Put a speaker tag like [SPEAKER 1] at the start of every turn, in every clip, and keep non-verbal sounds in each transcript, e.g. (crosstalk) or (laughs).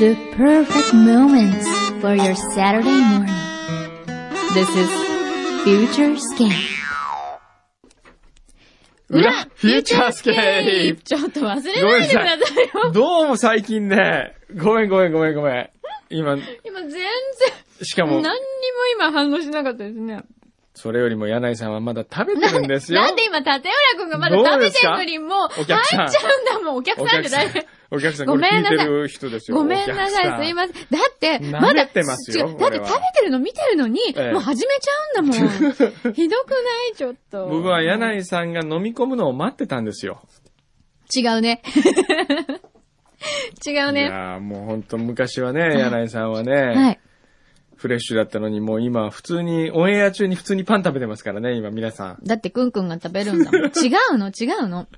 [SPEAKER 1] The perfect moments for your Saturday morning. This is Future Scape.
[SPEAKER 2] 裏、フューチャースケープ
[SPEAKER 1] ちょっと忘れないでくださいよ。
[SPEAKER 2] (laughs) どうも最近ね、ごめんごめんごめんごめん。今、
[SPEAKER 1] 今全然、
[SPEAKER 2] しか
[SPEAKER 1] 何に
[SPEAKER 2] も
[SPEAKER 1] も、今反応しなかったですね。
[SPEAKER 2] それよりも柳井さんはまだ食べてるんですよ。
[SPEAKER 1] なんで今、立浦くんがまだ食べてるのにもう
[SPEAKER 2] ど
[SPEAKER 1] 入っ
[SPEAKER 2] うです
[SPEAKER 1] ちゃ
[SPEAKER 2] かお客さん
[SPEAKER 1] うんだもん。お客
[SPEAKER 2] お
[SPEAKER 1] さんっ
[SPEAKER 2] 客
[SPEAKER 1] て
[SPEAKER 2] さん
[SPEAKER 1] 大変。、
[SPEAKER 2] お客さん、
[SPEAKER 1] ご
[SPEAKER 2] こ
[SPEAKER 1] めん
[SPEAKER 2] れ聞い
[SPEAKER 1] な
[SPEAKER 2] て
[SPEAKER 1] さい
[SPEAKER 2] る人ですよ。
[SPEAKER 1] ごめんなさ
[SPEAKER 2] お客
[SPEAKER 1] い、すい
[SPEAKER 2] ん。
[SPEAKER 1] ません。だって、
[SPEAKER 2] 舐め
[SPEAKER 1] まだ、
[SPEAKER 2] てますよ
[SPEAKER 1] 違うだっ
[SPEAKER 2] こ
[SPEAKER 1] て
[SPEAKER 2] れ
[SPEAKER 1] 食べ
[SPEAKER 2] は
[SPEAKER 1] てるの見てるのに、
[SPEAKER 2] ええ
[SPEAKER 1] もう始めちゃうんだ
[SPEAKER 2] (laughs)
[SPEAKER 1] もん。ひどくないちょっと。
[SPEAKER 2] 僕は柳井さんが飲み込むのを待ってたんですよ。
[SPEAKER 1] 違う
[SPEAKER 2] (laughs)
[SPEAKER 1] ね。違う
[SPEAKER 2] い
[SPEAKER 1] ね。
[SPEAKER 2] やーもうほんと昔はね、柳井さんはね、
[SPEAKER 1] はい。
[SPEAKER 2] フレッシュだったのに、もう今普通に、オンエア中に普通にパン食べてますからね、今皆さん。
[SPEAKER 1] だってくんくんが食べるんだもん。違うの、違うの。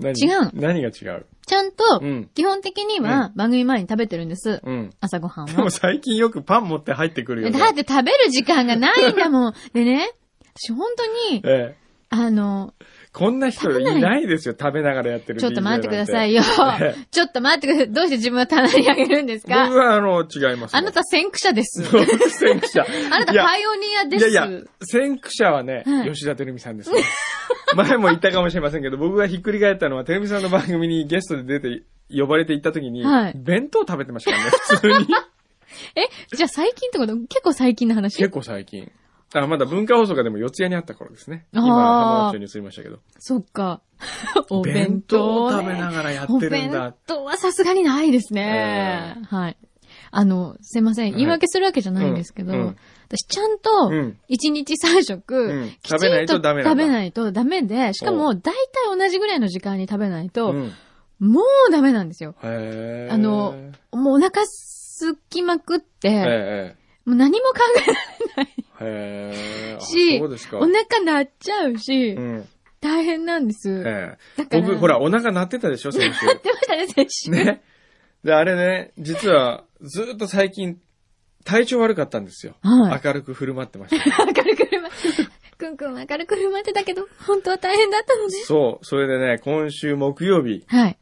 [SPEAKER 2] 何
[SPEAKER 1] 違うの
[SPEAKER 2] 何が違う
[SPEAKER 1] ちゃんと
[SPEAKER 2] うん、
[SPEAKER 1] 基本的には番組前に食べてるんです。
[SPEAKER 2] うん。
[SPEAKER 1] 朝ご (laughs) はん
[SPEAKER 2] で (laughs)
[SPEAKER 1] は
[SPEAKER 2] も。最近よくパン持って入ってくるよね。
[SPEAKER 1] だって食べる時間がないんだ
[SPEAKER 2] (laughs)
[SPEAKER 1] もん。でね、私本当に、
[SPEAKER 2] ええ。
[SPEAKER 1] あの、
[SPEAKER 2] こんな人いないですよ、食べながらやってる
[SPEAKER 1] ちょっと待ってください
[SPEAKER 2] よ。
[SPEAKER 1] よ
[SPEAKER 2] え。
[SPEAKER 1] (laughs) ちょっと待ってください。どうして自分を棚にあげるんです
[SPEAKER 2] 僕
[SPEAKER 1] か
[SPEAKER 2] はあの、違いますよ。
[SPEAKER 1] あなた先駆者
[SPEAKER 2] (laughs)
[SPEAKER 1] です。
[SPEAKER 2] 独占者。
[SPEAKER 1] あなた
[SPEAKER 2] いや
[SPEAKER 1] パイオニアで
[SPEAKER 2] い
[SPEAKER 1] す。
[SPEAKER 2] やいや、先駆者はね、
[SPEAKER 1] はい
[SPEAKER 2] 吉田照美さんです、ね。前も言ったかもしれませんけど、僕がひっくり返ったのは、照美さんの番組にゲストで出て、呼ばれて行った時に、
[SPEAKER 1] はい
[SPEAKER 2] 弁当食べてましたからね、普通
[SPEAKER 1] (laughs)
[SPEAKER 2] に。
[SPEAKER 1] え、じゃあ最近ってこと結構最近の話
[SPEAKER 2] 結構最近。あ、まだ文化放送がでも四谷にあった頃ですね。
[SPEAKER 1] あー
[SPEAKER 2] 今、浜松町に移りましたけど。
[SPEAKER 1] そっか。
[SPEAKER 2] (laughs)
[SPEAKER 1] お
[SPEAKER 2] 弁当を食べ
[SPEAKER 1] ね
[SPEAKER 2] ながらや
[SPEAKER 1] お
[SPEAKER 2] ってるん
[SPEAKER 1] 弁
[SPEAKER 2] だ。
[SPEAKER 1] 当はさすがにないですね。はい。あの、すいません。
[SPEAKER 2] い
[SPEAKER 1] 言い訳するわけじゃないんですけど、
[SPEAKER 2] うんうん
[SPEAKER 1] 私ちゃんと
[SPEAKER 2] うん、
[SPEAKER 1] 一日三食、
[SPEAKER 2] うん
[SPEAKER 1] きちん
[SPEAKER 2] 食べない
[SPEAKER 1] と
[SPEAKER 2] とダメなんだ
[SPEAKER 1] 食べないとダメで、しかも、大体同じぐらいの時間に食べないと、
[SPEAKER 2] うん
[SPEAKER 1] もうダメなんですよ。
[SPEAKER 2] へー
[SPEAKER 1] あのもうお腹すきまくって、
[SPEAKER 2] え
[SPEAKER 1] もう何も考
[SPEAKER 2] え、へ
[SPEAKER 1] え
[SPEAKER 2] え。あ
[SPEAKER 1] し、
[SPEAKER 2] そうですか。
[SPEAKER 1] お腹鳴っちゃうし、
[SPEAKER 2] うん。
[SPEAKER 1] 大変なんです。
[SPEAKER 2] え
[SPEAKER 1] だか
[SPEAKER 2] え。
[SPEAKER 1] ら、
[SPEAKER 2] 僕、ほら、お腹鳴ってたでしょ、
[SPEAKER 1] 鳴 (laughs)
[SPEAKER 2] 先
[SPEAKER 1] ってましたね、先週。
[SPEAKER 2] 週。ね。で、あれね、実は、ずーっと最近、体調悪かったんですよ。
[SPEAKER 1] はい
[SPEAKER 2] 明るく振る舞ってました。 (laughs)
[SPEAKER 1] 明るくるま、 (laughs) くんくんは明るくるまってたけど、本当は大変だったのね。
[SPEAKER 2] そう。それでね、今週木曜日、
[SPEAKER 1] はい。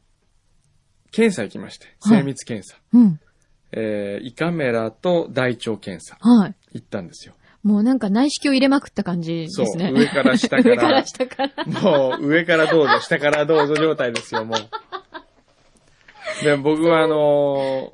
[SPEAKER 2] 検査行きまして。
[SPEAKER 1] はい
[SPEAKER 2] 精密検査。
[SPEAKER 1] うん。
[SPEAKER 2] えー胃カメラと大腸検査。
[SPEAKER 1] はい。
[SPEAKER 2] 行ったんですよ。
[SPEAKER 1] もうなんか内視鏡入れまくった感じです
[SPEAKER 2] そう。
[SPEAKER 1] ね。
[SPEAKER 2] 上から下か
[SPEAKER 1] (laughs) 上から
[SPEAKER 2] ら。
[SPEAKER 1] 下から。
[SPEAKER 2] もう、上からどうぞ、下からどうぞ状態ですよ、もう。で、僕はあのー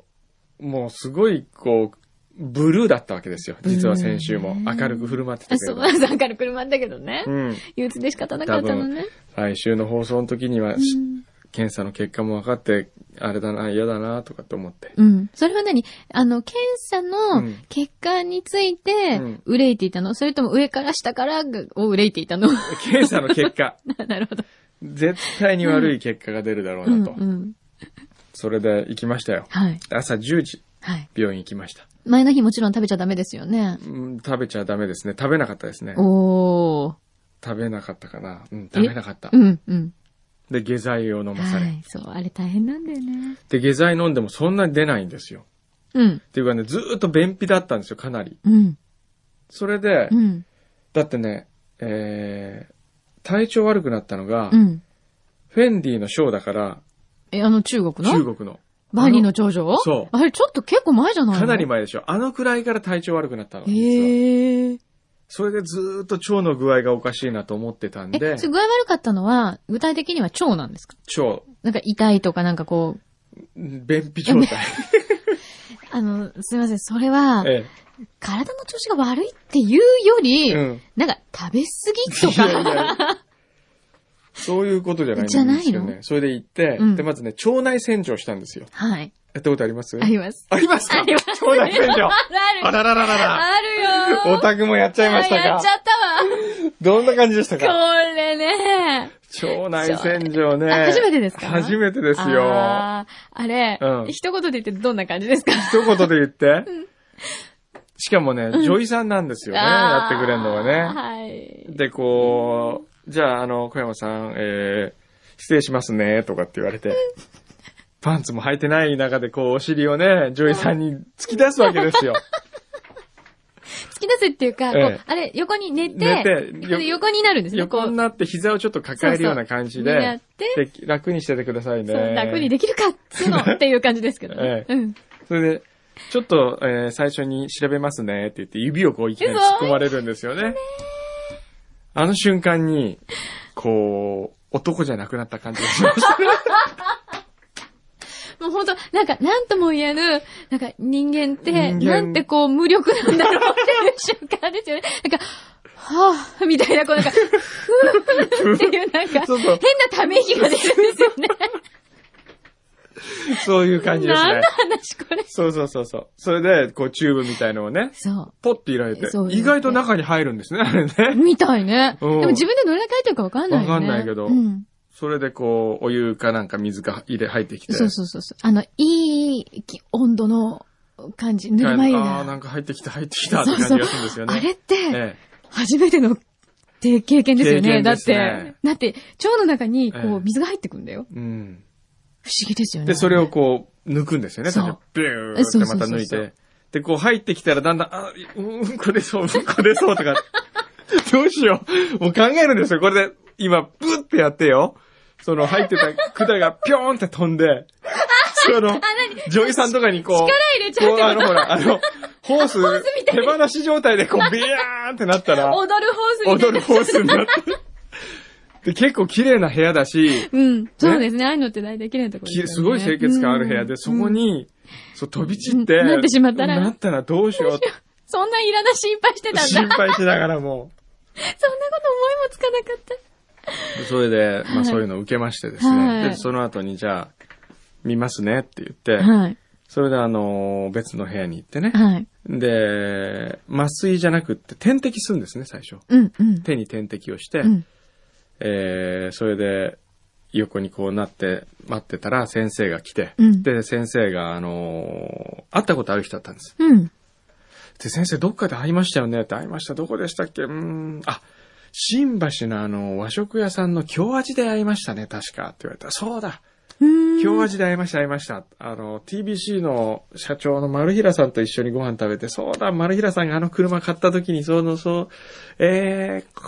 [SPEAKER 2] もうすごい、こう、ブルーだったわけですよ。実は先週も
[SPEAKER 1] ブル。ーね
[SPEAKER 2] 明るく振る舞ってた
[SPEAKER 1] あ
[SPEAKER 2] け
[SPEAKER 1] そう、
[SPEAKER 2] ど。
[SPEAKER 1] 朝からくるまったけどね
[SPEAKER 2] う。ん。
[SPEAKER 1] 憂鬱で仕方なかったのね。
[SPEAKER 2] 来週の放送の時には、
[SPEAKER 1] う
[SPEAKER 2] し
[SPEAKER 1] ん
[SPEAKER 2] 検査の結果も分かって、あれだな、嫌だな、とかって思って。
[SPEAKER 1] うん。それは何あの、検査
[SPEAKER 2] う
[SPEAKER 1] の
[SPEAKER 2] ん
[SPEAKER 1] 結果について
[SPEAKER 2] うん、
[SPEAKER 1] 憂いていたの、それとも上から下からを憂いていたの
[SPEAKER 2] 検査の結果、
[SPEAKER 1] (laughs) なるほど。
[SPEAKER 2] 絶対に悪い結果が出るだろ
[SPEAKER 1] う、
[SPEAKER 2] うんなと。
[SPEAKER 1] うん。
[SPEAKER 2] それで行きましたよ。
[SPEAKER 1] はい。
[SPEAKER 2] 朝10時、
[SPEAKER 1] はい。
[SPEAKER 2] 病院行きました。
[SPEAKER 1] 前の日もちろん食べちゃダメですよね。
[SPEAKER 2] うん、食べちゃダメですね。食べなかったですね。
[SPEAKER 1] おー。
[SPEAKER 2] 食べなかったかな。うん、食べなかった
[SPEAKER 1] う。ん、うん。
[SPEAKER 2] で、下剤を飲まされ。
[SPEAKER 1] はい、そう、あれ大変なんだよね。
[SPEAKER 2] で、下剤飲んでもそんなに出ないんですよ。
[SPEAKER 1] うん、
[SPEAKER 2] っていうかね、ずーっと便秘だったんですよ、かなり。
[SPEAKER 1] うん、
[SPEAKER 2] それで、
[SPEAKER 1] うん、
[SPEAKER 2] だってね、えー、体調悪くなったのが、
[SPEAKER 1] うん。
[SPEAKER 2] フェンディのショーだから、
[SPEAKER 1] え、あの中国の
[SPEAKER 2] 中国の。
[SPEAKER 1] バニーの長女
[SPEAKER 2] そう
[SPEAKER 1] あれちょっと結構前じゃないの
[SPEAKER 2] かなり前でしょ。あのくらいから体調悪くなったの。実は
[SPEAKER 1] へえ。
[SPEAKER 2] それでずーっと腸の具合がおかしいなと思ってたんで
[SPEAKER 1] え、、すごい悪かったのは、具体的には腸なんですか
[SPEAKER 2] 腸、
[SPEAKER 1] なんか痛いとかなんかこう、
[SPEAKER 2] 便秘状
[SPEAKER 1] (laughs)
[SPEAKER 2] 態。、
[SPEAKER 1] あの、すいません、それは
[SPEAKER 2] え
[SPEAKER 1] 体の調子が悪いっていうより、
[SPEAKER 2] えうん。
[SPEAKER 1] なんか食べ過ぎと
[SPEAKER 2] いやい
[SPEAKER 1] か、
[SPEAKER 2] やそういうことじゃないんです
[SPEAKER 1] じゃ
[SPEAKER 2] よ
[SPEAKER 1] な
[SPEAKER 2] ね。
[SPEAKER 1] いの
[SPEAKER 2] それで行って、
[SPEAKER 1] うん
[SPEAKER 2] で、まずね、腸内洗浄したんですよ。
[SPEAKER 1] はい、
[SPEAKER 2] やったことあります
[SPEAKER 1] あります。
[SPEAKER 2] ありますか
[SPEAKER 1] あります
[SPEAKER 2] 腸内洗
[SPEAKER 1] (laughs)
[SPEAKER 2] 浄。あ
[SPEAKER 1] ある
[SPEAKER 2] ららららら。
[SPEAKER 1] あるよ
[SPEAKER 2] オタクもやっちゃいました
[SPEAKER 1] あやっ
[SPEAKER 2] か
[SPEAKER 1] ちゃったわ
[SPEAKER 2] どんな感じでしたか
[SPEAKER 1] これね。
[SPEAKER 2] 腸内洗浄ね。
[SPEAKER 1] あ初めてですか
[SPEAKER 2] 初めてですよ。
[SPEAKER 1] あーあれ、
[SPEAKER 2] うん
[SPEAKER 1] 一言で言ってどんな感じですか
[SPEAKER 2] 一言で
[SPEAKER 1] (laughs)
[SPEAKER 2] 言って。しかもね、女医さんなんですよね。やってくれるのは
[SPEAKER 1] ね。
[SPEAKER 2] ね。で、こう、じゃあ、あの、小山さん、えー、失礼しますね、とかって言われて、パンツも履いてない中で、こう、お尻をね、女医さんに突き出すわけですよ。
[SPEAKER 1] 突き出せっていうか、こう
[SPEAKER 2] ええ
[SPEAKER 1] あれ、横に寝て、
[SPEAKER 2] 寝て
[SPEAKER 1] これ横になるんですね。
[SPEAKER 2] 横に
[SPEAKER 1] な
[SPEAKER 2] なって膝をちょっと抱えるような感じ
[SPEAKER 1] そうそうになっ
[SPEAKER 2] で、
[SPEAKER 1] て
[SPEAKER 2] で楽にしててくださいね。
[SPEAKER 1] そう楽にできるかっつうのっていう感じですけどね。
[SPEAKER 2] (laughs) え
[SPEAKER 1] うん。
[SPEAKER 2] それで、ちょっと、えー最初に調べますねって言って指をこういきなり突っ込まれるんですよね。あの瞬間に、こう、男じゃなくなった感じがし
[SPEAKER 1] (laughs)
[SPEAKER 2] ました。
[SPEAKER 1] もう本当なんか、なんとも言えぬ、なんか人間って、
[SPEAKER 2] 人
[SPEAKER 1] な
[SPEAKER 2] 間
[SPEAKER 1] んてこう無力なんだろうっていう瞬間ですよね。 (laughs) なんか、はぁ、みたいな、こうなんか、ふぅっていう
[SPEAKER 2] (laughs)
[SPEAKER 1] なんか、
[SPEAKER 2] そう
[SPEAKER 1] 変
[SPEAKER 2] そ
[SPEAKER 1] な
[SPEAKER 2] う
[SPEAKER 1] ため息が出るんですよね。
[SPEAKER 2] そういう感じです
[SPEAKER 1] 何
[SPEAKER 2] ね
[SPEAKER 1] の。話これ。
[SPEAKER 2] そうそうそうそう。それで、こう、チューブみたいのをね、
[SPEAKER 1] そ
[SPEAKER 2] ポッて入れられて
[SPEAKER 1] そう、
[SPEAKER 2] 意外と中に入るんですね、あれ
[SPEAKER 1] う。
[SPEAKER 2] ね。
[SPEAKER 1] みたいね。で
[SPEAKER 2] うん
[SPEAKER 1] も自分でどれだけ入ってるかわかんないよね。
[SPEAKER 2] わかんないけど
[SPEAKER 1] うん。
[SPEAKER 2] それで、こう、お湯かなんか水が入れ、入ってきて。
[SPEAKER 1] そうそうそうそう。あの、いい温度の感じ、ぬるま湯
[SPEAKER 2] ああ、な
[SPEAKER 1] が。
[SPEAKER 2] んか入ってきた、入ってきたって感じがするんですよね。
[SPEAKER 1] あれって、
[SPEAKER 2] え
[SPEAKER 1] 初めての経験ですよ
[SPEAKER 2] 経
[SPEAKER 1] ね。
[SPEAKER 2] 験
[SPEAKER 1] だ
[SPEAKER 2] で
[SPEAKER 1] っ
[SPEAKER 2] す
[SPEAKER 1] て、
[SPEAKER 2] ね
[SPEAKER 1] だって、腸の中にこ
[SPEAKER 2] え
[SPEAKER 1] う
[SPEAKER 2] え
[SPEAKER 1] 水が入ってくんだよ。
[SPEAKER 2] え。うん。
[SPEAKER 1] 不思議ですよね。
[SPEAKER 2] で、それをこう、抜くんですよね。
[SPEAKER 1] そう
[SPEAKER 2] 最初ビューってまた
[SPEAKER 1] そうそう
[SPEAKER 2] 抜
[SPEAKER 1] そう
[SPEAKER 2] い
[SPEAKER 1] そう
[SPEAKER 2] て。で、こう入ってきたらだんだん、あ、うんこ出そう、 (laughs) うんこ出そうとか。どうしよう。もう考えるんですよ。これで、今、ブッてやってよ。その入ってた管がピョーンって飛ん
[SPEAKER 1] (laughs)
[SPEAKER 2] で、その、女優さんとかにこう、力
[SPEAKER 1] 入れちゃうってこと
[SPEAKER 2] あの、ほら、あの、ホース、手放し状態でこう、ビヤーンってなったら、
[SPEAKER 1] 踊るホースみたい
[SPEAKER 2] 踊
[SPEAKER 1] な
[SPEAKER 2] る。ホースにな (laughs) って。で、結構綺麗な部屋だし、
[SPEAKER 1] (laughs) うん。そうですね。ああいうのって大体綺麗なところ
[SPEAKER 2] きすごい清潔感ある部屋で、そこ。
[SPEAKER 1] うん
[SPEAKER 2] に、そう、飛び散って、
[SPEAKER 1] うんなってしまったら
[SPEAKER 2] なったらどうしよう
[SPEAKER 1] (laughs)
[SPEAKER 2] って
[SPEAKER 1] そんないらな心配してたんだ。 (laughs) そん
[SPEAKER 2] 心
[SPEAKER 1] なこと
[SPEAKER 2] 配しながらも。
[SPEAKER 1] 思いもつかなかった。
[SPEAKER 2] それで、ま
[SPEAKER 1] は
[SPEAKER 2] あ
[SPEAKER 1] い
[SPEAKER 2] そういうのを受けましてです
[SPEAKER 1] はい
[SPEAKER 2] ね。で、その後にじゃあ、見ますねって言って、
[SPEAKER 1] はい。
[SPEAKER 2] それであのー、別の部屋に行ってね。
[SPEAKER 1] はい。
[SPEAKER 2] で、麻酔じゃなくって点滴するんですね、最初。
[SPEAKER 1] うん、うん。
[SPEAKER 2] 手に点滴をして
[SPEAKER 1] う、ん。
[SPEAKER 2] えーそれで、横にこうなって、待ってたら先生が来て、
[SPEAKER 1] うん
[SPEAKER 2] で、先生が、あのー会ったことある人だったんです。
[SPEAKER 1] うん。
[SPEAKER 2] で、先生、どっかで会いましたよねって、会いました、どこでしたっけうーん、あ、新橋のあの、和食屋さんの京味で会いましたね、確か、って言われた。そうだ
[SPEAKER 1] うん
[SPEAKER 2] 京味で会いました、会いました。あの、TBC の社長の丸平さんと一緒にご飯食べて、そうだ、丸平さんがあの車買った時に、その、そう、えー、こ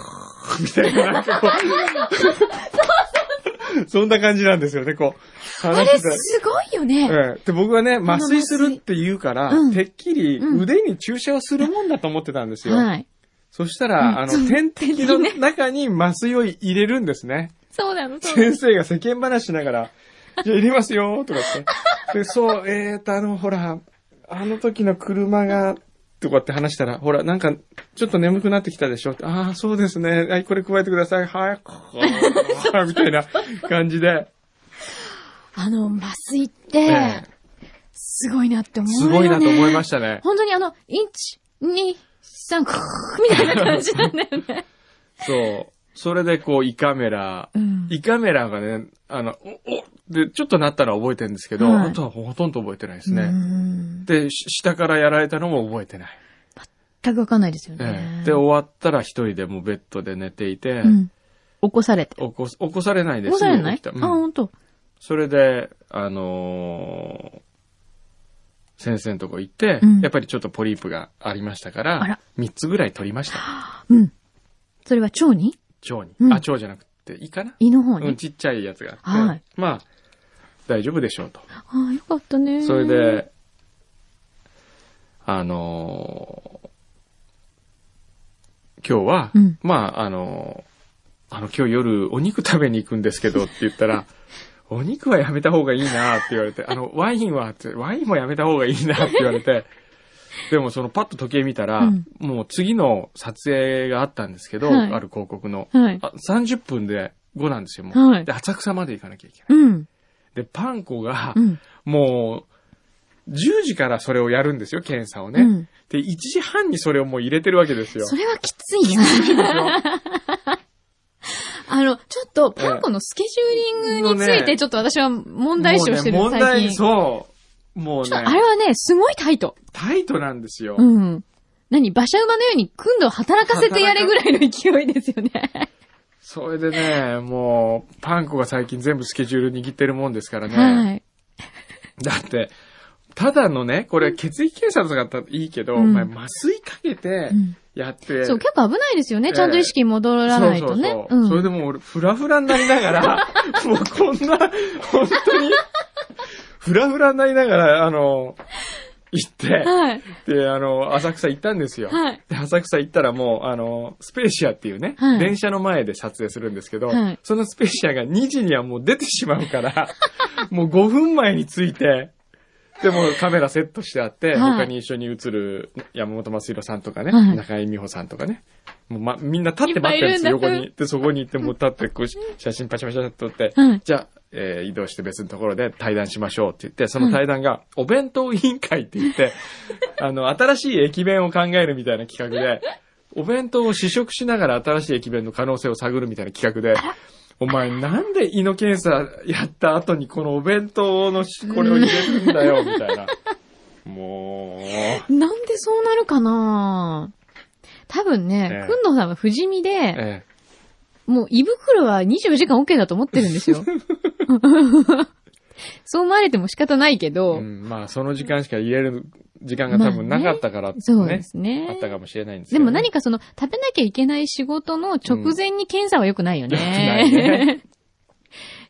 [SPEAKER 2] うみたいな、なんかこう。そんな感じなんですよね、こう。
[SPEAKER 1] あ
[SPEAKER 2] 話
[SPEAKER 1] れ
[SPEAKER 2] してた
[SPEAKER 1] すごいよね。
[SPEAKER 2] ええで、僕はね、
[SPEAKER 1] の
[SPEAKER 2] 麻酔するって言うから、
[SPEAKER 1] うん
[SPEAKER 2] てっきり
[SPEAKER 1] うん
[SPEAKER 2] 腕に注射をするもんだと思ってたんですよ。
[SPEAKER 1] はい。
[SPEAKER 2] そしたら、あの、点滴の中に麻酔を入れるんですね。
[SPEAKER 1] そうなの、そうなの
[SPEAKER 2] 先生が世間話しながら、じゃあ入れますよーとか言って。で、そう、えーと、あの、ほら、あの時の車が、とかって話したら、ほら、なんか、ちょっと眠くなってきたでしょってああ、そうですね。はい、これ加えてください。はい、みたいな感じで。
[SPEAKER 1] あの、麻酔っ
[SPEAKER 2] え
[SPEAKER 1] て
[SPEAKER 2] え、
[SPEAKER 1] すごいなって思うよ
[SPEAKER 2] す
[SPEAKER 1] ね。
[SPEAKER 2] ごいなと思いましたね。
[SPEAKER 1] 本当にあの、1、2、3、クーみたいな感じなんだよね。
[SPEAKER 2] そう。それでこう、胃カメラ、
[SPEAKER 1] うん
[SPEAKER 2] 胃カメラがね、あの、お、おで、ちょっとなったら覚えてるんですけど、
[SPEAKER 1] はい
[SPEAKER 2] あとはほとんど覚えてないです
[SPEAKER 1] う
[SPEAKER 2] ね。
[SPEAKER 1] ん
[SPEAKER 2] で、し下からやられたのも覚えてない。
[SPEAKER 1] 全くわかんないですよ
[SPEAKER 2] え
[SPEAKER 1] ね。
[SPEAKER 2] えで、終わったら一人でもうベッドで寝ていて、
[SPEAKER 1] うん起こされて。
[SPEAKER 2] 起こす、起こされないで
[SPEAKER 1] 起こ
[SPEAKER 2] す
[SPEAKER 1] され
[SPEAKER 2] ぐ
[SPEAKER 1] な
[SPEAKER 2] 起き
[SPEAKER 1] い
[SPEAKER 2] た。うん
[SPEAKER 1] あ、ほんと。
[SPEAKER 2] それで、あのー先生のとこ行って、
[SPEAKER 1] うん
[SPEAKER 2] やっぱりちょっとポリープがありましたか
[SPEAKER 1] あら
[SPEAKER 2] ら、3つぐらい取りました。
[SPEAKER 1] うん。それは腸に
[SPEAKER 2] 腸に。
[SPEAKER 1] うん
[SPEAKER 2] あ、腸じゃなくて、胃かな
[SPEAKER 1] 胃の方
[SPEAKER 2] うん、
[SPEAKER 1] に。
[SPEAKER 2] ちっちゃいやつがあって、
[SPEAKER 1] はい
[SPEAKER 2] まあ、大丈夫でしょうと。
[SPEAKER 1] ああ、よかったね。
[SPEAKER 2] それ。で、あのー今日は、
[SPEAKER 1] うん
[SPEAKER 2] まあ、あのーあの、今日夜お肉食べに行くんですけどって言っ
[SPEAKER 1] (laughs)
[SPEAKER 2] たら、お肉はやめた方がいいなって言われて、あの、ワインはって、ワインもやめた方がいいなって言われて、でもそのパッと時計見たら、
[SPEAKER 1] うん
[SPEAKER 2] もう次の撮影があったんですけど、
[SPEAKER 1] はい
[SPEAKER 2] ある広告の、
[SPEAKER 1] はい。
[SPEAKER 2] あ30分で5なんですよ、もう。
[SPEAKER 1] はい
[SPEAKER 2] で、浅草まで行かなきゃいけない。
[SPEAKER 1] うん。
[SPEAKER 2] で、パン粉が
[SPEAKER 1] う、ん。
[SPEAKER 2] もう、10時からそれをやるんですよ、検査をね。
[SPEAKER 1] うん
[SPEAKER 2] で、1時半にそれをもう入れてるわけですよ。
[SPEAKER 1] それはきついな。
[SPEAKER 2] (laughs)
[SPEAKER 1] あの、ちょっと、パンコのスケジューリングについ
[SPEAKER 2] のね
[SPEAKER 1] て、ちょっと私は問題視をしてる
[SPEAKER 2] もうね、問
[SPEAKER 1] 最
[SPEAKER 2] 題、
[SPEAKER 1] 近。
[SPEAKER 2] そう。もうね、
[SPEAKER 1] あれはね、すごいタイト。
[SPEAKER 2] タイトなんですよ。
[SPEAKER 1] うん。何馬車馬のように、くんど働かせてやれぐらいの勢いですよね。
[SPEAKER 2] それでね、もう、パンコが最近全部スケジュール握ってるもんですからね。
[SPEAKER 1] はい。
[SPEAKER 2] だって、ただのね、これ血液検査とかだったらいいけど、
[SPEAKER 1] うん
[SPEAKER 2] お前麻酔かけて
[SPEAKER 1] うん
[SPEAKER 2] やって、
[SPEAKER 1] そう、結構危ないですよね。
[SPEAKER 2] ええ
[SPEAKER 1] ちゃんと意識戻らないとね
[SPEAKER 2] そう。そうそうう。それ
[SPEAKER 1] ん
[SPEAKER 2] で (laughs) もう俺、フラフラになりながら、もうこんな、本当に、ふらふらになりながら、あの、行って、
[SPEAKER 1] はい。
[SPEAKER 2] で、あの、浅草行ったんですよ。
[SPEAKER 1] はい
[SPEAKER 2] で、浅草行ったらもう、あの、スペーシアっていうね、
[SPEAKER 1] はい
[SPEAKER 2] 電車の前で撮影するんですけど、
[SPEAKER 1] はい
[SPEAKER 2] そのスペーシアが2時にはもう出てしまうから、
[SPEAKER 1] (laughs)
[SPEAKER 2] もう5分前に着いて、で、もうカメラセットしてあって、
[SPEAKER 1] はい
[SPEAKER 2] 他に一緒に映る山本松弘さんとかね、
[SPEAKER 1] はい
[SPEAKER 2] 中井美穂さんとかね、もうま、みんな立って待ってるんですよ、
[SPEAKER 1] いっぱ
[SPEAKER 2] 横
[SPEAKER 1] いいるんだ
[SPEAKER 2] に。で、そこに行って、もう立って、こう、写真パシャパシャっと撮って、
[SPEAKER 1] はい
[SPEAKER 2] じゃあ、えー移動して別のところで対談しましょうって言って、その対談が、お弁当委員会って言って、あの、新しい駅弁を考えるみたいな企画で、お弁当を試食しながら新しい駅弁の可能性を探るみたいな企画で、お前なんで胃の検査やった後にこのお弁当のしこれを入れるんだよ、みたいな。もう、
[SPEAKER 1] なんでそうなるかな多分ね
[SPEAKER 2] ええ、
[SPEAKER 1] くんのさんは不死身で、
[SPEAKER 2] ええ
[SPEAKER 1] もう胃袋は24時間 OK だと思ってるんです
[SPEAKER 2] (laughs)
[SPEAKER 1] よ。そう思われても仕方ないけ
[SPEAKER 2] う
[SPEAKER 1] ど、
[SPEAKER 2] ん、まあその時間しか入れる時間が多分なかったからって
[SPEAKER 1] そう
[SPEAKER 2] ね
[SPEAKER 1] で、すね。
[SPEAKER 2] あったかもしれないんです
[SPEAKER 1] で
[SPEAKER 2] よね
[SPEAKER 1] も何かその、食べなきゃいけない仕事の直前に検査は良くないよね。
[SPEAKER 2] うん良くない
[SPEAKER 1] (laughs)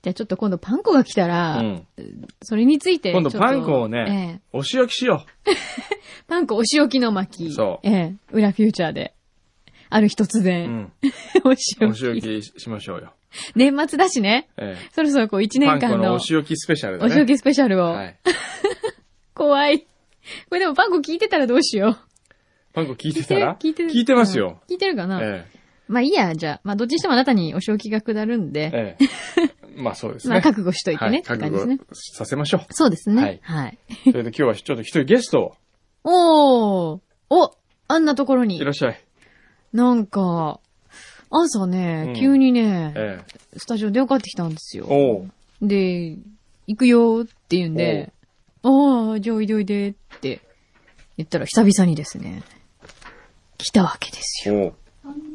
[SPEAKER 1] じゃあちょっと今度パン粉が来たら、
[SPEAKER 2] うん
[SPEAKER 1] それについて。
[SPEAKER 2] 今度
[SPEAKER 1] ちょっと
[SPEAKER 2] パン粉をね、お仕置きしよ
[SPEAKER 1] ええパン粉お仕置きの巻。
[SPEAKER 2] そう
[SPEAKER 1] ええ裏フューチャーで。ある日突
[SPEAKER 2] う。う
[SPEAKER 1] 然、
[SPEAKER 2] ん。
[SPEAKER 1] (laughs) お仕
[SPEAKER 2] お
[SPEAKER 1] 置き。
[SPEAKER 2] 仕置きしましょうよ。
[SPEAKER 1] 年末だしね。
[SPEAKER 2] ええ
[SPEAKER 1] そろそろこう1
[SPEAKER 2] パン
[SPEAKER 1] 年
[SPEAKER 2] 粉
[SPEAKER 1] 間
[SPEAKER 2] の
[SPEAKER 1] の
[SPEAKER 2] お仕置きスペシャルだ
[SPEAKER 1] お
[SPEAKER 2] ね。
[SPEAKER 1] 仕置きスペシャルを。
[SPEAKER 2] はい。
[SPEAKER 1] 怖い。これでもパン粉聞いてたらどうしよう。
[SPEAKER 2] パン粉聞いてたら
[SPEAKER 1] 聞いてる
[SPEAKER 2] 聞いてますよ。。
[SPEAKER 1] 聞いてるかな、
[SPEAKER 2] え
[SPEAKER 1] まあいいや、じゃあ。まあどっちにしてもあなたにお仕置きが下るんで、
[SPEAKER 2] えええ。まあそうですね。
[SPEAKER 1] (laughs) まあ覚悟しといて
[SPEAKER 2] は
[SPEAKER 1] ね、
[SPEAKER 2] い、
[SPEAKER 1] って感
[SPEAKER 2] 覚
[SPEAKER 1] じですね
[SPEAKER 2] 悟。させましょう。
[SPEAKER 1] そうですね。
[SPEAKER 2] は
[SPEAKER 1] はいい。
[SPEAKER 2] それで今日はちょっと一人ゲストを、
[SPEAKER 1] おーおあんなところに
[SPEAKER 2] いら。っしゃい。
[SPEAKER 1] なんか、朝ね
[SPEAKER 2] うん、
[SPEAKER 1] 急にね、
[SPEAKER 2] ええ
[SPEAKER 1] スタジオ電話かかってきたんですよ。
[SPEAKER 2] おう。
[SPEAKER 1] で、行くよーって言うんで、ああ、じゃあおいでおいでって言ったら久々にですね、来たわけですよ。
[SPEAKER 2] おう。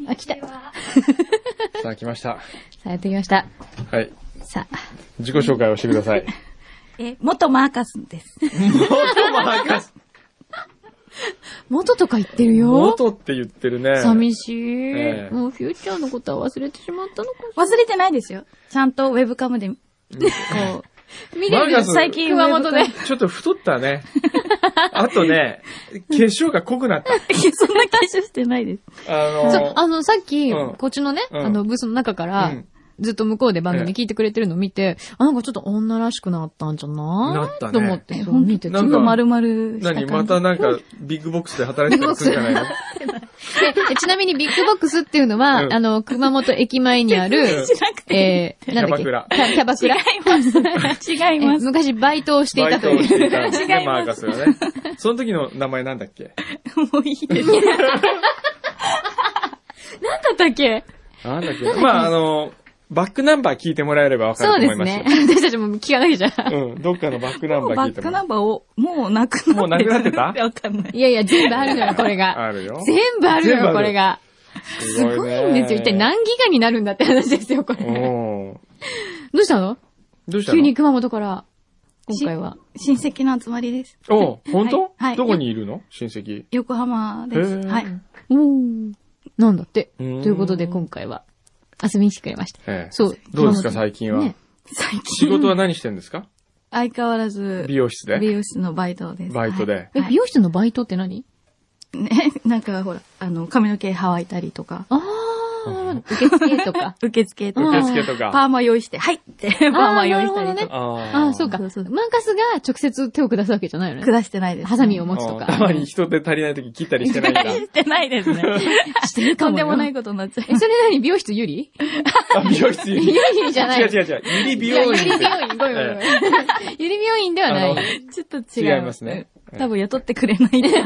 [SPEAKER 1] あ、来た。
[SPEAKER 2] さあ来ました。
[SPEAKER 1] さあやってきました。
[SPEAKER 2] はい。
[SPEAKER 1] さあ、
[SPEAKER 2] 自己紹介をしてくだ (laughs) さい。
[SPEAKER 3] え、元マーカスです。
[SPEAKER 2] 元マーカス。
[SPEAKER 1] 元とか言ってるよ。
[SPEAKER 2] 元って言ってるね。
[SPEAKER 1] 寂しい、
[SPEAKER 2] ええ
[SPEAKER 1] もうフューチャーのことは忘れてしまったのかし
[SPEAKER 3] 忘れてないですよ。ちゃんとウェブカムで、こ
[SPEAKER 1] ら。見れ
[SPEAKER 2] マーカ
[SPEAKER 1] る
[SPEAKER 2] ス
[SPEAKER 3] 最近
[SPEAKER 1] 熊本で。
[SPEAKER 2] ちょっと太ったね。 (laughs) あとね、化粧が濃くなった。
[SPEAKER 3] う、いや (laughs) そんな解消してないです。
[SPEAKER 2] あ
[SPEAKER 1] そう、
[SPEAKER 2] の、
[SPEAKER 1] あの、さっき、
[SPEAKER 2] うん
[SPEAKER 1] こっちのね、
[SPEAKER 2] うん
[SPEAKER 1] あの、ブースの中か
[SPEAKER 2] う
[SPEAKER 1] ら
[SPEAKER 2] ん、
[SPEAKER 1] ずっと向こうで番
[SPEAKER 2] ええ
[SPEAKER 1] 組聞いてくれてるの見て、あ、なんかちょっと女らしくなったんじゃない
[SPEAKER 2] なったね
[SPEAKER 1] と思って、そう
[SPEAKER 3] 本
[SPEAKER 1] 見て
[SPEAKER 3] 当
[SPEAKER 1] て。
[SPEAKER 2] な
[SPEAKER 3] なんん
[SPEAKER 2] か
[SPEAKER 3] か丸々した感
[SPEAKER 2] 何
[SPEAKER 3] じ。
[SPEAKER 2] またなんか、ビッグボックスで働いてたりするんじゃないの
[SPEAKER 1] (laughs) でちなみにビッグボックスっていうのは、
[SPEAKER 2] うん
[SPEAKER 1] あの、熊本駅前にある、
[SPEAKER 3] しなくていい。
[SPEAKER 1] えー、なんだっけ
[SPEAKER 2] (laughs) キャバクラ
[SPEAKER 1] キャキャバ
[SPEAKER 2] (laughs)
[SPEAKER 1] クラ。
[SPEAKER 3] 違
[SPEAKER 1] (laughs)
[SPEAKER 3] い
[SPEAKER 1] え
[SPEAKER 3] ます。
[SPEAKER 1] 昔バイトをしてい
[SPEAKER 2] バ
[SPEAKER 1] た
[SPEAKER 2] イ
[SPEAKER 1] と
[SPEAKER 2] トをし
[SPEAKER 1] いう。
[SPEAKER 2] ていたんですね
[SPEAKER 3] 違いま
[SPEAKER 2] マー
[SPEAKER 3] す
[SPEAKER 2] カスがね。その時の名前なんだっけ
[SPEAKER 3] もういいです。
[SPEAKER 1] なんだったっけ
[SPEAKER 2] なんだっけまあ、あの、バックナンバー聞いてもらえればわかる
[SPEAKER 1] そ
[SPEAKER 2] と
[SPEAKER 1] う
[SPEAKER 2] 思
[SPEAKER 1] で
[SPEAKER 2] い
[SPEAKER 1] す
[SPEAKER 2] ます
[SPEAKER 1] ね
[SPEAKER 2] よ。。
[SPEAKER 1] (laughs) 私たちも聞かなきゃじゃん。
[SPEAKER 2] うん、どっかのバックナン
[SPEAKER 3] も
[SPEAKER 2] バ
[SPEAKER 3] う
[SPEAKER 2] ー
[SPEAKER 3] (laughs) バ
[SPEAKER 2] 聞い
[SPEAKER 3] ッ
[SPEAKER 2] て
[SPEAKER 3] ク
[SPEAKER 2] も
[SPEAKER 3] ナ
[SPEAKER 2] ら
[SPEAKER 3] ンバーを、もうなくなって
[SPEAKER 2] もうなくなってた
[SPEAKER 3] わかんない。
[SPEAKER 1] いやいや、全部あるのよ、これ
[SPEAKER 2] う。
[SPEAKER 1] が。
[SPEAKER 2] あるよ。
[SPEAKER 1] 全部ある
[SPEAKER 2] 全部
[SPEAKER 1] の
[SPEAKER 2] あ
[SPEAKER 1] よ、
[SPEAKER 2] る
[SPEAKER 1] これが。
[SPEAKER 2] すごい
[SPEAKER 1] すご
[SPEAKER 2] ね
[SPEAKER 1] いんですよ。一体何ギガになるんだって話ですよ、これ。
[SPEAKER 2] おー
[SPEAKER 1] どうしたの
[SPEAKER 2] どうしたの
[SPEAKER 1] 急に熊本から、今回は。
[SPEAKER 3] 親戚の集まりです。
[SPEAKER 2] おう本
[SPEAKER 3] はい
[SPEAKER 2] 当
[SPEAKER 3] はい
[SPEAKER 2] どこにいるの親戚。
[SPEAKER 3] 横浜です
[SPEAKER 2] へ。ー
[SPEAKER 3] はい。
[SPEAKER 1] おーなんだって。
[SPEAKER 2] う
[SPEAKER 1] と
[SPEAKER 2] ーん
[SPEAKER 1] いうことで今回は、遊びに来てくれました。
[SPEAKER 2] ええ
[SPEAKER 1] そう。
[SPEAKER 2] どうですか
[SPEAKER 1] 熊本
[SPEAKER 2] 最近は
[SPEAKER 1] ね
[SPEAKER 3] 最
[SPEAKER 2] 仕
[SPEAKER 3] 近、
[SPEAKER 2] 事は何してんですか
[SPEAKER 3] 相変わらず、
[SPEAKER 2] 美容室で
[SPEAKER 3] 美容室のバイトです。
[SPEAKER 2] バイトで
[SPEAKER 3] は
[SPEAKER 1] え
[SPEAKER 3] い、は
[SPEAKER 1] 美
[SPEAKER 3] い
[SPEAKER 1] 容室のバイトって何
[SPEAKER 3] ね、なんかほら、あの、髪の毛ハワいたりとか。。
[SPEAKER 1] あー、受付とか
[SPEAKER 3] 受付とか。
[SPEAKER 2] 受付とか。
[SPEAKER 3] パーマ用意して、はいって、パーマ用意したりとか。
[SPEAKER 2] あ
[SPEAKER 1] あ
[SPEAKER 2] ー
[SPEAKER 1] ー、そうか。マ
[SPEAKER 3] そうそう
[SPEAKER 1] ーカスが直接手を下すわけじゃないよね。
[SPEAKER 3] 下してないです。
[SPEAKER 1] ハサミを
[SPEAKER 3] も。
[SPEAKER 1] 持つと
[SPEAKER 2] あー
[SPEAKER 1] か。
[SPEAKER 2] たまに人手足りない時切ったりしてないんだ。
[SPEAKER 3] (laughs) してないですね。
[SPEAKER 1] してる
[SPEAKER 3] (laughs) と
[SPEAKER 1] か
[SPEAKER 3] ん
[SPEAKER 1] も
[SPEAKER 3] で
[SPEAKER 1] よ
[SPEAKER 3] もないことになっちゃい
[SPEAKER 1] え、
[SPEAKER 3] ます。
[SPEAKER 1] それ何美容室ゆり
[SPEAKER 2] あ、美容室ゆ
[SPEAKER 1] ゆ
[SPEAKER 2] り。
[SPEAKER 1] りじゃない。
[SPEAKER 2] 違う違う違う。ゆり美容院
[SPEAKER 1] いやゆり美
[SPEAKER 2] っ
[SPEAKER 1] 容院。ごめんごめんごめ
[SPEAKER 2] え
[SPEAKER 1] ん。ゆり美容院ではな
[SPEAKER 2] あの
[SPEAKER 1] い。
[SPEAKER 3] (laughs) ちょっと違う。
[SPEAKER 2] て違いますね。
[SPEAKER 3] 多分雇ってくれないんで。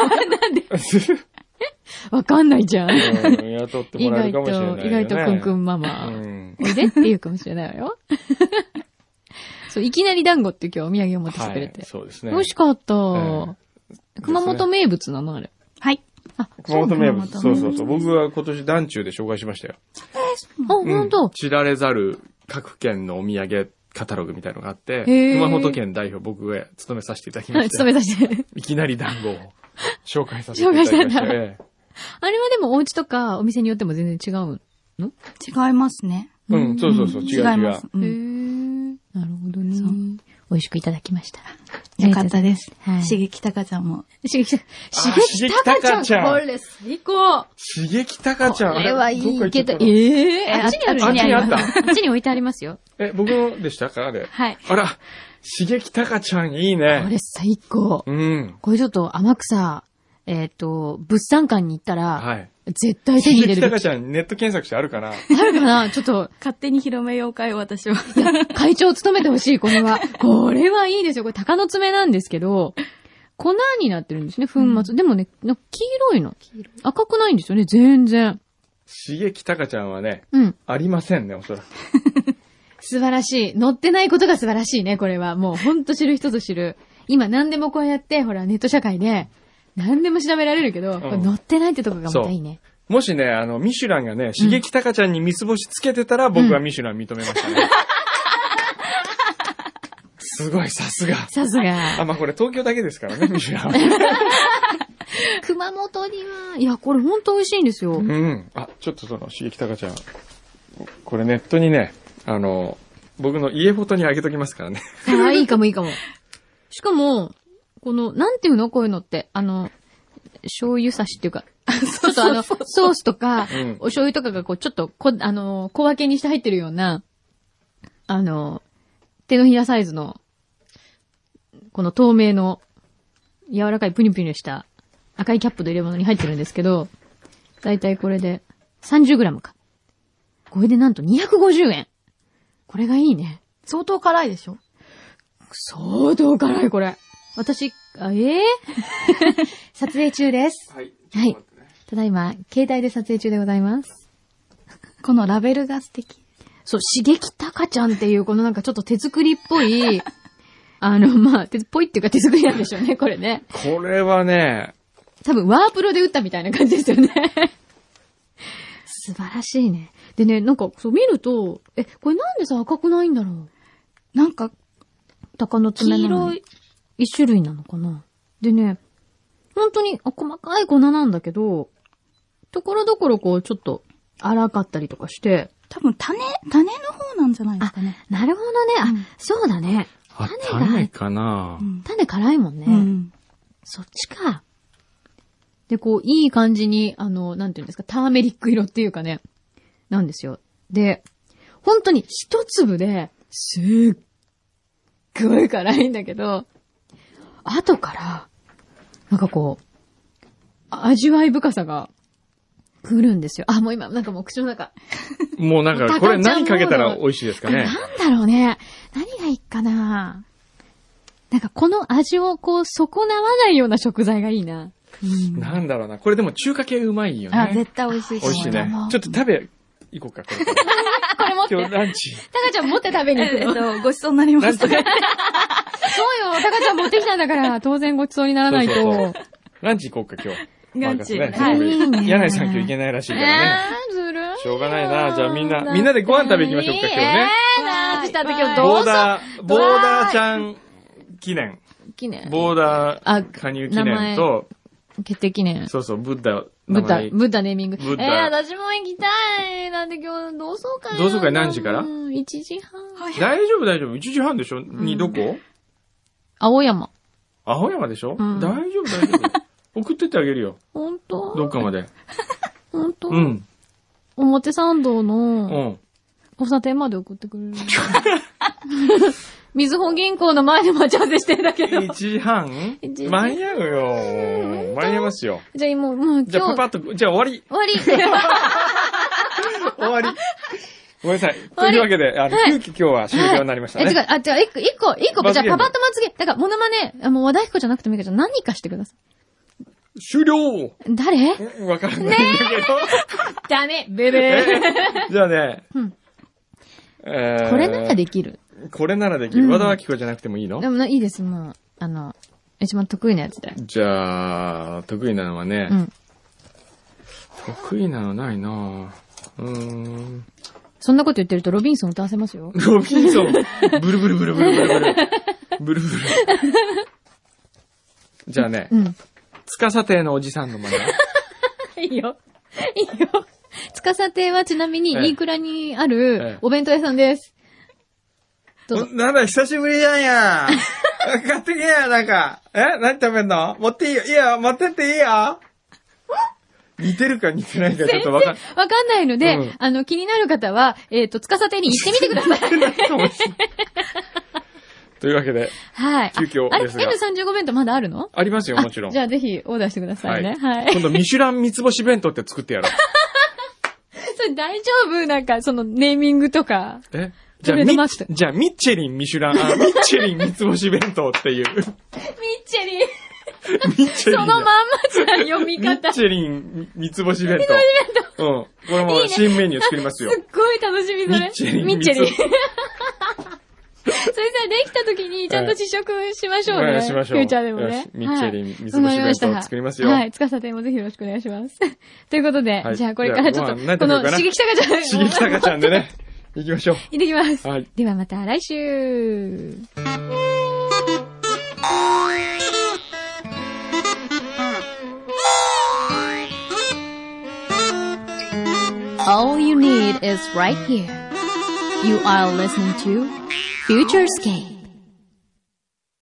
[SPEAKER 1] わかんないじゃん。
[SPEAKER 2] うん雇って
[SPEAKER 1] 意
[SPEAKER 2] もらえ
[SPEAKER 1] 外
[SPEAKER 2] るかもしれない
[SPEAKER 1] と、
[SPEAKER 2] よね。
[SPEAKER 1] 意外とくんくんマ
[SPEAKER 2] う
[SPEAKER 1] マ、
[SPEAKER 2] ん。
[SPEAKER 1] おいでって言うかもしれないわよ。そう、いきなり団子って今日お土産を持ってきてくれ
[SPEAKER 2] は
[SPEAKER 1] て
[SPEAKER 2] い。そうですね。
[SPEAKER 1] 美味しかった。
[SPEAKER 2] え
[SPEAKER 1] 熊本名物なのあれ。
[SPEAKER 3] (laughs) はい。
[SPEAKER 1] あ、
[SPEAKER 2] 熊本名物。
[SPEAKER 3] 熊本
[SPEAKER 2] そうそうそう。僕は今年団中で紹介しましたよ。
[SPEAKER 1] あ、ほんと。
[SPEAKER 2] 知られざる各県のお土産カタログみたいのがあって、
[SPEAKER 1] へー
[SPEAKER 2] 熊本県代表僕が務めさせていただきま
[SPEAKER 1] (laughs) はい、
[SPEAKER 2] し
[SPEAKER 1] 勤
[SPEAKER 2] て、
[SPEAKER 1] めさせて。
[SPEAKER 2] いきなり団子を紹介させていただきまし
[SPEAKER 1] 紹介した
[SPEAKER 2] た。
[SPEAKER 1] んだ
[SPEAKER 2] ええ
[SPEAKER 1] あれはでもお家とかお店によっても全然違うの
[SPEAKER 3] 違いますね。
[SPEAKER 2] うん、そうそうそう。違う違
[SPEAKER 3] 違いうます。う
[SPEAKER 1] へ
[SPEAKER 3] ん
[SPEAKER 1] ー。なるほどね
[SPEAKER 3] そう。
[SPEAKER 4] 美味しくいただきました。
[SPEAKER 3] よかったです。
[SPEAKER 4] はい
[SPEAKER 3] 刺激高ちゃんも。
[SPEAKER 4] 刺激、
[SPEAKER 2] あ
[SPEAKER 4] 刺激たか
[SPEAKER 2] 刺激たか
[SPEAKER 4] ち
[SPEAKER 2] ち
[SPEAKER 4] ゃ
[SPEAKER 2] ゃ
[SPEAKER 4] ん。
[SPEAKER 2] ん
[SPEAKER 4] これ最高。
[SPEAKER 2] 刺激たかちゃん。
[SPEAKER 4] これはい
[SPEAKER 2] どっか行
[SPEAKER 4] い
[SPEAKER 2] っち
[SPEAKER 4] け
[SPEAKER 2] ゃっ
[SPEAKER 4] ど
[SPEAKER 2] た、
[SPEAKER 4] え
[SPEAKER 2] え
[SPEAKER 4] えあっちにある
[SPEAKER 2] あっちにあった
[SPEAKER 4] あっちに置いてありますよ。
[SPEAKER 2] 僕のでしたかあれ。
[SPEAKER 4] はい。
[SPEAKER 2] あら、刺激たかちゃんいい
[SPEAKER 1] こ
[SPEAKER 2] ね。
[SPEAKER 1] れ最高。
[SPEAKER 2] うん。
[SPEAKER 1] これちょっと天草、えっ、と、物産館に行ったら、
[SPEAKER 2] はい。
[SPEAKER 1] 絶対手に入
[SPEAKER 2] 刺
[SPEAKER 1] れ
[SPEAKER 2] 激
[SPEAKER 1] る
[SPEAKER 2] た
[SPEAKER 1] べ
[SPEAKER 2] か
[SPEAKER 1] き。
[SPEAKER 2] ちゃんネット検索してあるかな。
[SPEAKER 1] あるかなちょっと、
[SPEAKER 3] 勝手に広めようかよ、私は。
[SPEAKER 1] 会長を務めてほしい、これは。これはいいですよ。これ、鷹の爪なんですけど、粉になってるんですね、粉末。でもね、なんか黄色いの。赤くないんですよね、全然。
[SPEAKER 2] 刺激たかちゃんはね、
[SPEAKER 1] うん。
[SPEAKER 2] ありませんね、おそらく。
[SPEAKER 1] 素晴らしい。乗ってないことが素晴らしいね、これは。もう、ほんと知る人ぞ知る。今、何でもこうやって、ほら、ネット社会で、何でも調べられるけど、これ乗ってないってとこがまたいいね。
[SPEAKER 2] もしね、あの、ミシュランがね、刺激たかちゃんに三つ星つけてたら、僕はミシュラン認めましたね。すごい、さすが。
[SPEAKER 1] さす
[SPEAKER 2] あ、
[SPEAKER 1] が。
[SPEAKER 2] まあこれ東京だけですからね、ミシュランは。
[SPEAKER 1] 熊本には、いや、これほんと美味しいんですよ。
[SPEAKER 2] うん。あ、ちょっとその、刺激たかちゃん。これネットにね、あの、僕の家フォトにあげときますからね。
[SPEAKER 1] ああ、いいかもいいかも。 (laughs) しかも、この、なんていうのこういうのって。あの、醤油差しっていうか、 (laughs) ちょっとあの、ソースとか、
[SPEAKER 2] うん
[SPEAKER 1] お醤油とかがこう、ちょっとこ、あの、小分けにして入ってるような、あの、手のひらサイズの、この透明の、柔らかいプニプニした赤いキャップの入れ物に入ってるんですけど、だいたいこれで 30g か。これでなんと250円。これがいいね。
[SPEAKER 3] 相当辛いでしょ
[SPEAKER 1] 相当辛い、これ。私、あえー、 (laughs) 撮影中です。
[SPEAKER 2] はい。
[SPEAKER 1] はい。ただいま、携帯で撮影中でございます。
[SPEAKER 3] このラベルが素敵。
[SPEAKER 1] そう、刺激たかちゃんっていう、このなんかちょっと手作りっぽ (laughs) い、あの、まあ、手っぽいっていうか手作りなんでしょうね、これね。
[SPEAKER 2] これはね、
[SPEAKER 1] 多分、ワープロで打ったみたいな感じですよね。素晴らしいね。でね、なんか、そう見ると、え、これなんでさ、赤くないんだろう
[SPEAKER 3] なんか、
[SPEAKER 1] 鷹の爪
[SPEAKER 3] 黄
[SPEAKER 1] なの
[SPEAKER 3] 色
[SPEAKER 1] に
[SPEAKER 3] い。
[SPEAKER 1] 一種類なのかな。でね、本当にあ細かい粉なんだけど、ところどころこうちょっと荒かったりとかして、
[SPEAKER 3] 多分種、種の方なんじゃないですかね。
[SPEAKER 1] なるほどね。あ、
[SPEAKER 3] うん
[SPEAKER 1] そうだね。
[SPEAKER 2] あ、
[SPEAKER 1] 種が入っ
[SPEAKER 2] 種かな
[SPEAKER 3] うん
[SPEAKER 1] 種辛いもんね。
[SPEAKER 3] うん。
[SPEAKER 1] そっちか。で、こう、いい感じに、あの、なんていうんですか、ターメリック色っていうかね、なんですよ。で、本当に一粒で、すっごい辛いんだけど、後から、なんかこう、味わい深さが、来るんですよ。あ、もう今、なんかもう口の中。
[SPEAKER 2] もうなんか、これ何かけたら美味しいですかね。
[SPEAKER 1] なんだろうね。何がいいかななんかこの味をこう、損なわないような食材がいいな。
[SPEAKER 3] うん
[SPEAKER 2] なんだろうな。これでも中華系うまいよ
[SPEAKER 3] あ、
[SPEAKER 2] ね。
[SPEAKER 3] 絶対美味し
[SPEAKER 2] 美
[SPEAKER 3] いと思
[SPEAKER 2] 味しい
[SPEAKER 3] い
[SPEAKER 2] ね
[SPEAKER 3] ま。
[SPEAKER 2] ちょっと食べ、行こうか、これから。
[SPEAKER 1] これ持って
[SPEAKER 2] 今日ランチ。
[SPEAKER 1] タカちゃん持って食べに行
[SPEAKER 3] す
[SPEAKER 1] くの。そうよ、
[SPEAKER 3] えっと、ごちそうになりました。
[SPEAKER 1] タカちゃん持ってきたんだから、当然ごちそうにならないと。
[SPEAKER 2] そうそうそうランチ行こうか、今日。
[SPEAKER 3] ランチ
[SPEAKER 2] バーカス
[SPEAKER 3] はい
[SPEAKER 2] ね。柳井さん今日行けないらしい
[SPEAKER 1] え
[SPEAKER 2] からね。
[SPEAKER 1] ー、ずるいよ
[SPEAKER 2] しょうがないなじゃあみんなみんなでご飯食べ行きましょうか今日ね
[SPEAKER 1] えー、ランチした時はどう
[SPEAKER 2] ボー
[SPEAKER 1] ぞ。
[SPEAKER 2] ダー、ボーダーちゃん記念。
[SPEAKER 1] 記念。
[SPEAKER 2] ボーダ
[SPEAKER 1] あ
[SPEAKER 2] ー加入記念と、
[SPEAKER 1] 決定記念。
[SPEAKER 2] そうそう、ブッダ、
[SPEAKER 1] ブッダ、
[SPEAKER 2] 名前
[SPEAKER 1] ブッダネーミング。え
[SPEAKER 2] ブッダ
[SPEAKER 1] ー、私も行きたい。なんで今日同窓会なの
[SPEAKER 2] 同窓会何時から
[SPEAKER 1] うん ?1 時
[SPEAKER 3] Oh,
[SPEAKER 1] 半。
[SPEAKER 2] 大丈夫大丈夫。1時半でしょにどこ
[SPEAKER 1] 青山。
[SPEAKER 2] 青山でしょ
[SPEAKER 1] ん
[SPEAKER 2] 大丈夫大丈
[SPEAKER 1] (laughs)
[SPEAKER 2] 夫。送ってってあげるよ。
[SPEAKER 1] ほんと
[SPEAKER 2] どっかまで。
[SPEAKER 1] ほんと
[SPEAKER 2] うん。
[SPEAKER 1] 表参道
[SPEAKER 2] う
[SPEAKER 1] の
[SPEAKER 2] ん。
[SPEAKER 1] 交差点まで送ってく
[SPEAKER 2] (laughs)
[SPEAKER 1] れる。 (laughs) みずほ銀行の前で待ち合わせしてんだけど。
[SPEAKER 2] 1時半
[SPEAKER 1] 1時
[SPEAKER 2] 間に合うよ。間に合いますよ。
[SPEAKER 1] じゃあもう、もう今日。
[SPEAKER 2] じゃあ、パパッと、じゃあ終
[SPEAKER 1] (laughs)
[SPEAKER 2] わり。
[SPEAKER 1] 終わり。
[SPEAKER 2] 終わり。ごめんなさい。というわけで、あの、
[SPEAKER 1] はい
[SPEAKER 2] 急遽今日は終了になりました
[SPEAKER 1] え、違
[SPEAKER 2] ね。
[SPEAKER 1] う、あ、違う、一個、一個、一個、
[SPEAKER 2] 罰
[SPEAKER 1] じゃ
[SPEAKER 2] ゲー
[SPEAKER 1] あ
[SPEAKER 2] ム
[SPEAKER 1] パパッとまつげ。だから、モノマネ、あもう和田彦じゃなくてもいいから、何かしてくださ
[SPEAKER 2] 終了
[SPEAKER 1] い。誰
[SPEAKER 2] えわからないんだけ
[SPEAKER 1] ダメ、ブブー。
[SPEAKER 2] ど。じゃあね
[SPEAKER 1] うん。
[SPEAKER 2] えー
[SPEAKER 1] これならできる。
[SPEAKER 2] これならできる。和田アキ子じゃなくてもいいの
[SPEAKER 1] でもな、いいです、もう。あの、一番得意なやつで。
[SPEAKER 2] じゃあ、得意なのはね
[SPEAKER 1] う、ん。
[SPEAKER 2] 得意なのないなぁうーん。
[SPEAKER 1] そんなこと言ってると、ロビンソン歌わせます
[SPEAKER 2] (laughs)
[SPEAKER 1] よ。
[SPEAKER 2] ロビン
[SPEAKER 1] (laughs)
[SPEAKER 2] ソン。ブルブルブルブルブルブル。ブルブル。じゃあね
[SPEAKER 1] う、ん。
[SPEAKER 2] つかさ亭のおじさんの真似。
[SPEAKER 1] いいよ。いいよ。つかさ亭はちなみに、
[SPEAKER 2] ええ
[SPEAKER 1] 飯倉にあ
[SPEAKER 2] え
[SPEAKER 1] る
[SPEAKER 2] え
[SPEAKER 1] お弁当屋さんです。どうぞ
[SPEAKER 2] おなんだ、久しぶりじゃ
[SPEAKER 1] (laughs)
[SPEAKER 2] んや。買ってけや、なんか。え何食べんの持っていいよ。いいよ、持ってっていいよ。似てるか似てないかちょっとわかんない。
[SPEAKER 1] わかんないので、
[SPEAKER 2] うん
[SPEAKER 1] あの、気になる方は、えっ、と、つかさ手に行ってみてください。
[SPEAKER 2] (laughs) かも
[SPEAKER 1] (laughs)
[SPEAKER 2] しれないというわけで、
[SPEAKER 1] はい。
[SPEAKER 2] 急遽
[SPEAKER 1] ああれ、
[SPEAKER 2] ですが
[SPEAKER 1] N35 弁当まだあるの
[SPEAKER 2] ありますよ、もちろん。
[SPEAKER 1] じゃあぜひオーダーしてくださいね。はい。
[SPEAKER 2] 今度、ミシュラン三つ星弁当って作ってやろう。
[SPEAKER 1] (laughs) それ大丈夫なんか、そのネーミングとか。 (laughs)
[SPEAKER 2] えじゃ
[SPEAKER 1] ト
[SPEAKER 2] あ、
[SPEAKER 1] レード
[SPEAKER 2] ミ
[SPEAKER 1] マーク
[SPEAKER 2] ッじゃあミッチェリンミシュラン、あ、ミッチェリン三つ星弁当っていう。
[SPEAKER 1] ミッチェリー。
[SPEAKER 2] ミッ
[SPEAKER 1] そ
[SPEAKER 2] チェリン
[SPEAKER 1] の
[SPEAKER 2] だ
[SPEAKER 1] まんまじゃん、読み
[SPEAKER 2] ミッ
[SPEAKER 1] 方。す
[SPEAKER 2] チェリン三つ星弁当。うん。これも新メニュー作りますよ。
[SPEAKER 1] っごい楽しみ、それ。
[SPEAKER 2] ミッチェリン
[SPEAKER 1] ミッチェリン。
[SPEAKER 2] ミッチ
[SPEAKER 1] それさ、できた時にちゃんと試食しましょうね。
[SPEAKER 2] はいしましょう
[SPEAKER 1] フューチャーでも
[SPEAKER 2] よ
[SPEAKER 1] ね
[SPEAKER 2] し。ミッチェリン
[SPEAKER 1] はい
[SPEAKER 2] 三つ星
[SPEAKER 1] わかりました
[SPEAKER 2] 弁当作りますよ
[SPEAKER 1] はい。つかさてもぜひよろしくお願いします。 (laughs) ということで
[SPEAKER 2] は、い
[SPEAKER 1] じゃあこれからちょっと、
[SPEAKER 2] じゃあ
[SPEAKER 1] こ
[SPEAKER 2] ご飯
[SPEAKER 1] の
[SPEAKER 2] 何食べようかな
[SPEAKER 1] 刺激たかちゃん。(laughs)
[SPEAKER 2] (laughs) 刺激たかちゃんでね、行きましょう。
[SPEAKER 1] 行ってきます。
[SPEAKER 2] はい
[SPEAKER 1] ではまた来週。
[SPEAKER 4] All you need is right here. You are listening to Futurescape.